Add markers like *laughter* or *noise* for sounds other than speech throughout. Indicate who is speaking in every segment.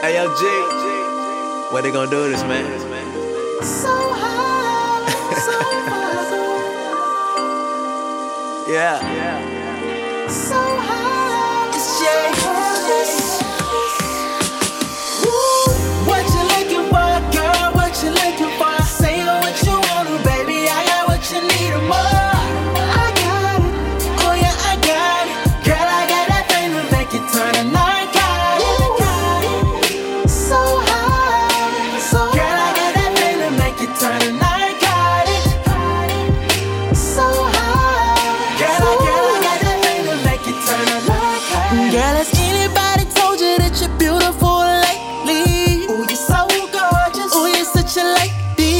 Speaker 1: Hey yo, G, what they gonna do this, man?
Speaker 2: So high, so far,
Speaker 1: Yeah.
Speaker 2: so high. It's What you looking for, girl? What you looking for? Say what you want, baby. I got what you need and more. I got it. Oh yeah, I got it. Girl, I got that thing to make you turn a narcotic. So high, so Girl, I got that thing to make you turn a narcotic. So high, girl, I, girl, I got that thing to make you turn a narcotic. Girl, has anybody told you that you're beautiful lately? Oh, you're so gorgeous. Oh, you're such a lady.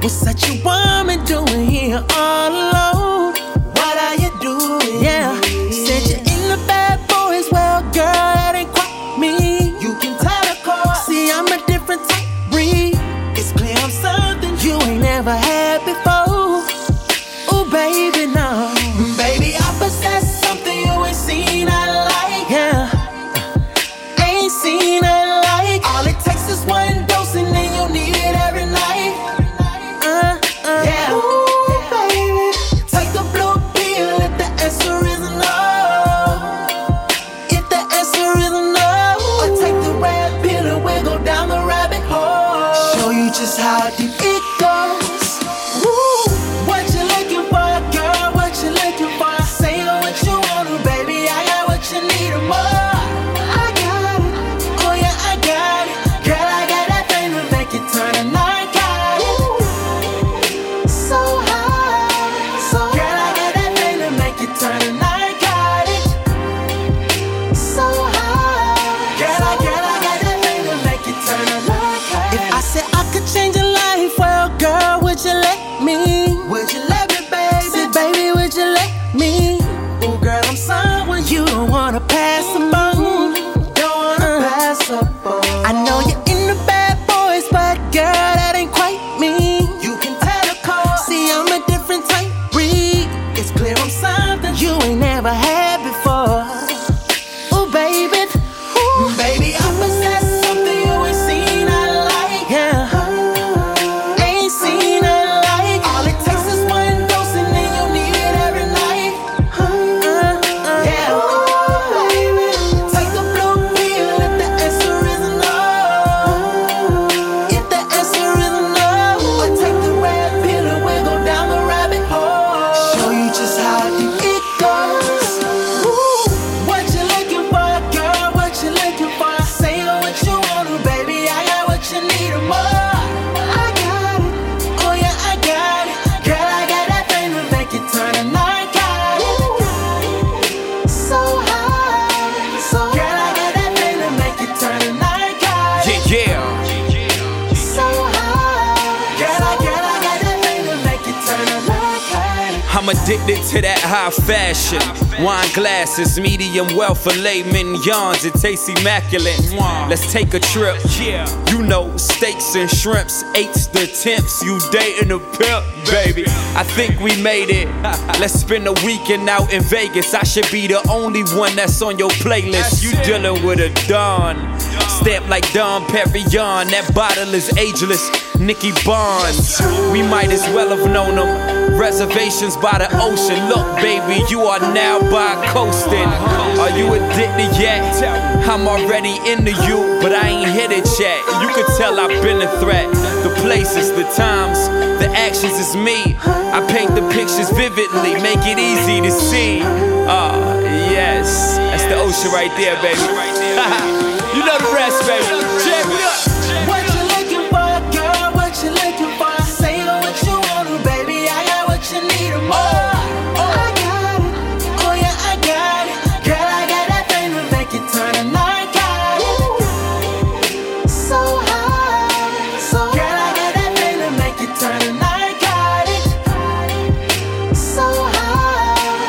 Speaker 2: What's such a woman doing here all alone? What are you doing? Yeah, said you're in the bad boys. Well, girl, that ain't quite me. You can tell the course. See, I'm a different type breed. It's clear I'm something you ain't never had before. Oh, baby, no. Baby, I possess something you ain't seen. I like. Yeah. Ain't seen a like. All it takes is one dose and then you need it every night. Uh, uh. Yeah. Ooh, baby. Take the blue pill if the answer is no. If the answer is no. Or take the red pill and we'll go down the rabbit hole. Show you just how deep it goes. Ooh, what you looking for, girl? What you looking for? Say what you want, baby. I got what you need and more. I got it. Oh yeah, I got it. Girl, I got that thing to make you turn a narcotic. So high, so Girl, I got that thing to make you turn a narcotic. So high, girl, I, girl, I got that thing to make you turn a narcotic. If I said I could change your life, well, girl, would you let me? Would you let me, baby? Say, baby, would you let me? Oh, girl, I'm someone you don't wanna pass upon. Don't wanna pass upon. I know you're in the bad boys, but girl, that ain't quite me. You can tell the course. See, I'm a different type breed. It's clear I'm something you ain't never had before. Ooh, baby. Ooh, baby, I possess something you ain't seen. I like. Yeah. Ain't seen a like. All it takes is one dose and then you need it every night. uh, yeah. Ooh, baby. Take the blue pill if the answer is no. If the answer is no. Or take the red pill and we'll go down the rabbit hole. Show you just how deep it goes. Ooh, what you looking for, girl? What you looking for? Say what you want, baby. I got what you need and more. I got it. Oh yeah, I got it. Girl, I got that thing to make you turn a narcotic. So high, so Girl, I got that thing to make you turn a narcotic.
Speaker 1: Yeah, yeah.
Speaker 2: So high, girl, I, girl, I got that thing to make you turn a narcotic.
Speaker 3: I'm addicted to that high fashion. Wine glasses, medium well filet mignons, it tastes immaculate. Let's take a trip. You know, steaks and shrimps, eights the temps. You dating a pimp, baby. I think we made it. Let's spend a weekend out in Vegas. I should be the only one that's on your playlist. You dealing with a Don. Stamp like Don Perignon. That bottle is ageless. Nicky Bonds. We might as well have known him. Reservations by the ocean. Look, baby, you are now by coasting. Are you addicted yet? I'm already into you, but I ain't hit it yet. You could tell I've been a threat. The places, the times, the actions is me. I paint the pictures vividly, make it easy to see. Ah, yes. That's the ocean right there, baby. *laughs* you know the rest, baby. Jam it up.
Speaker 2: What you looking for, girl? What you looking for? Say what you want, baby. I got what you need and more. I got it. Oh yeah, I got it. Girl, I got that thing to make you turn a narcotic. So high, so Girl, I got that thing to make you turn a narcotic. So high,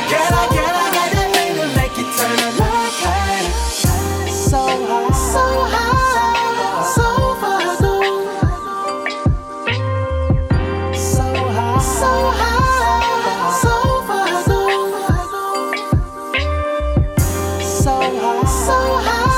Speaker 2: girl, I, girl, I got that thing to make you turn a narcotic. So high, so high, so far gone. So high, so high, so far gone. So high, so high,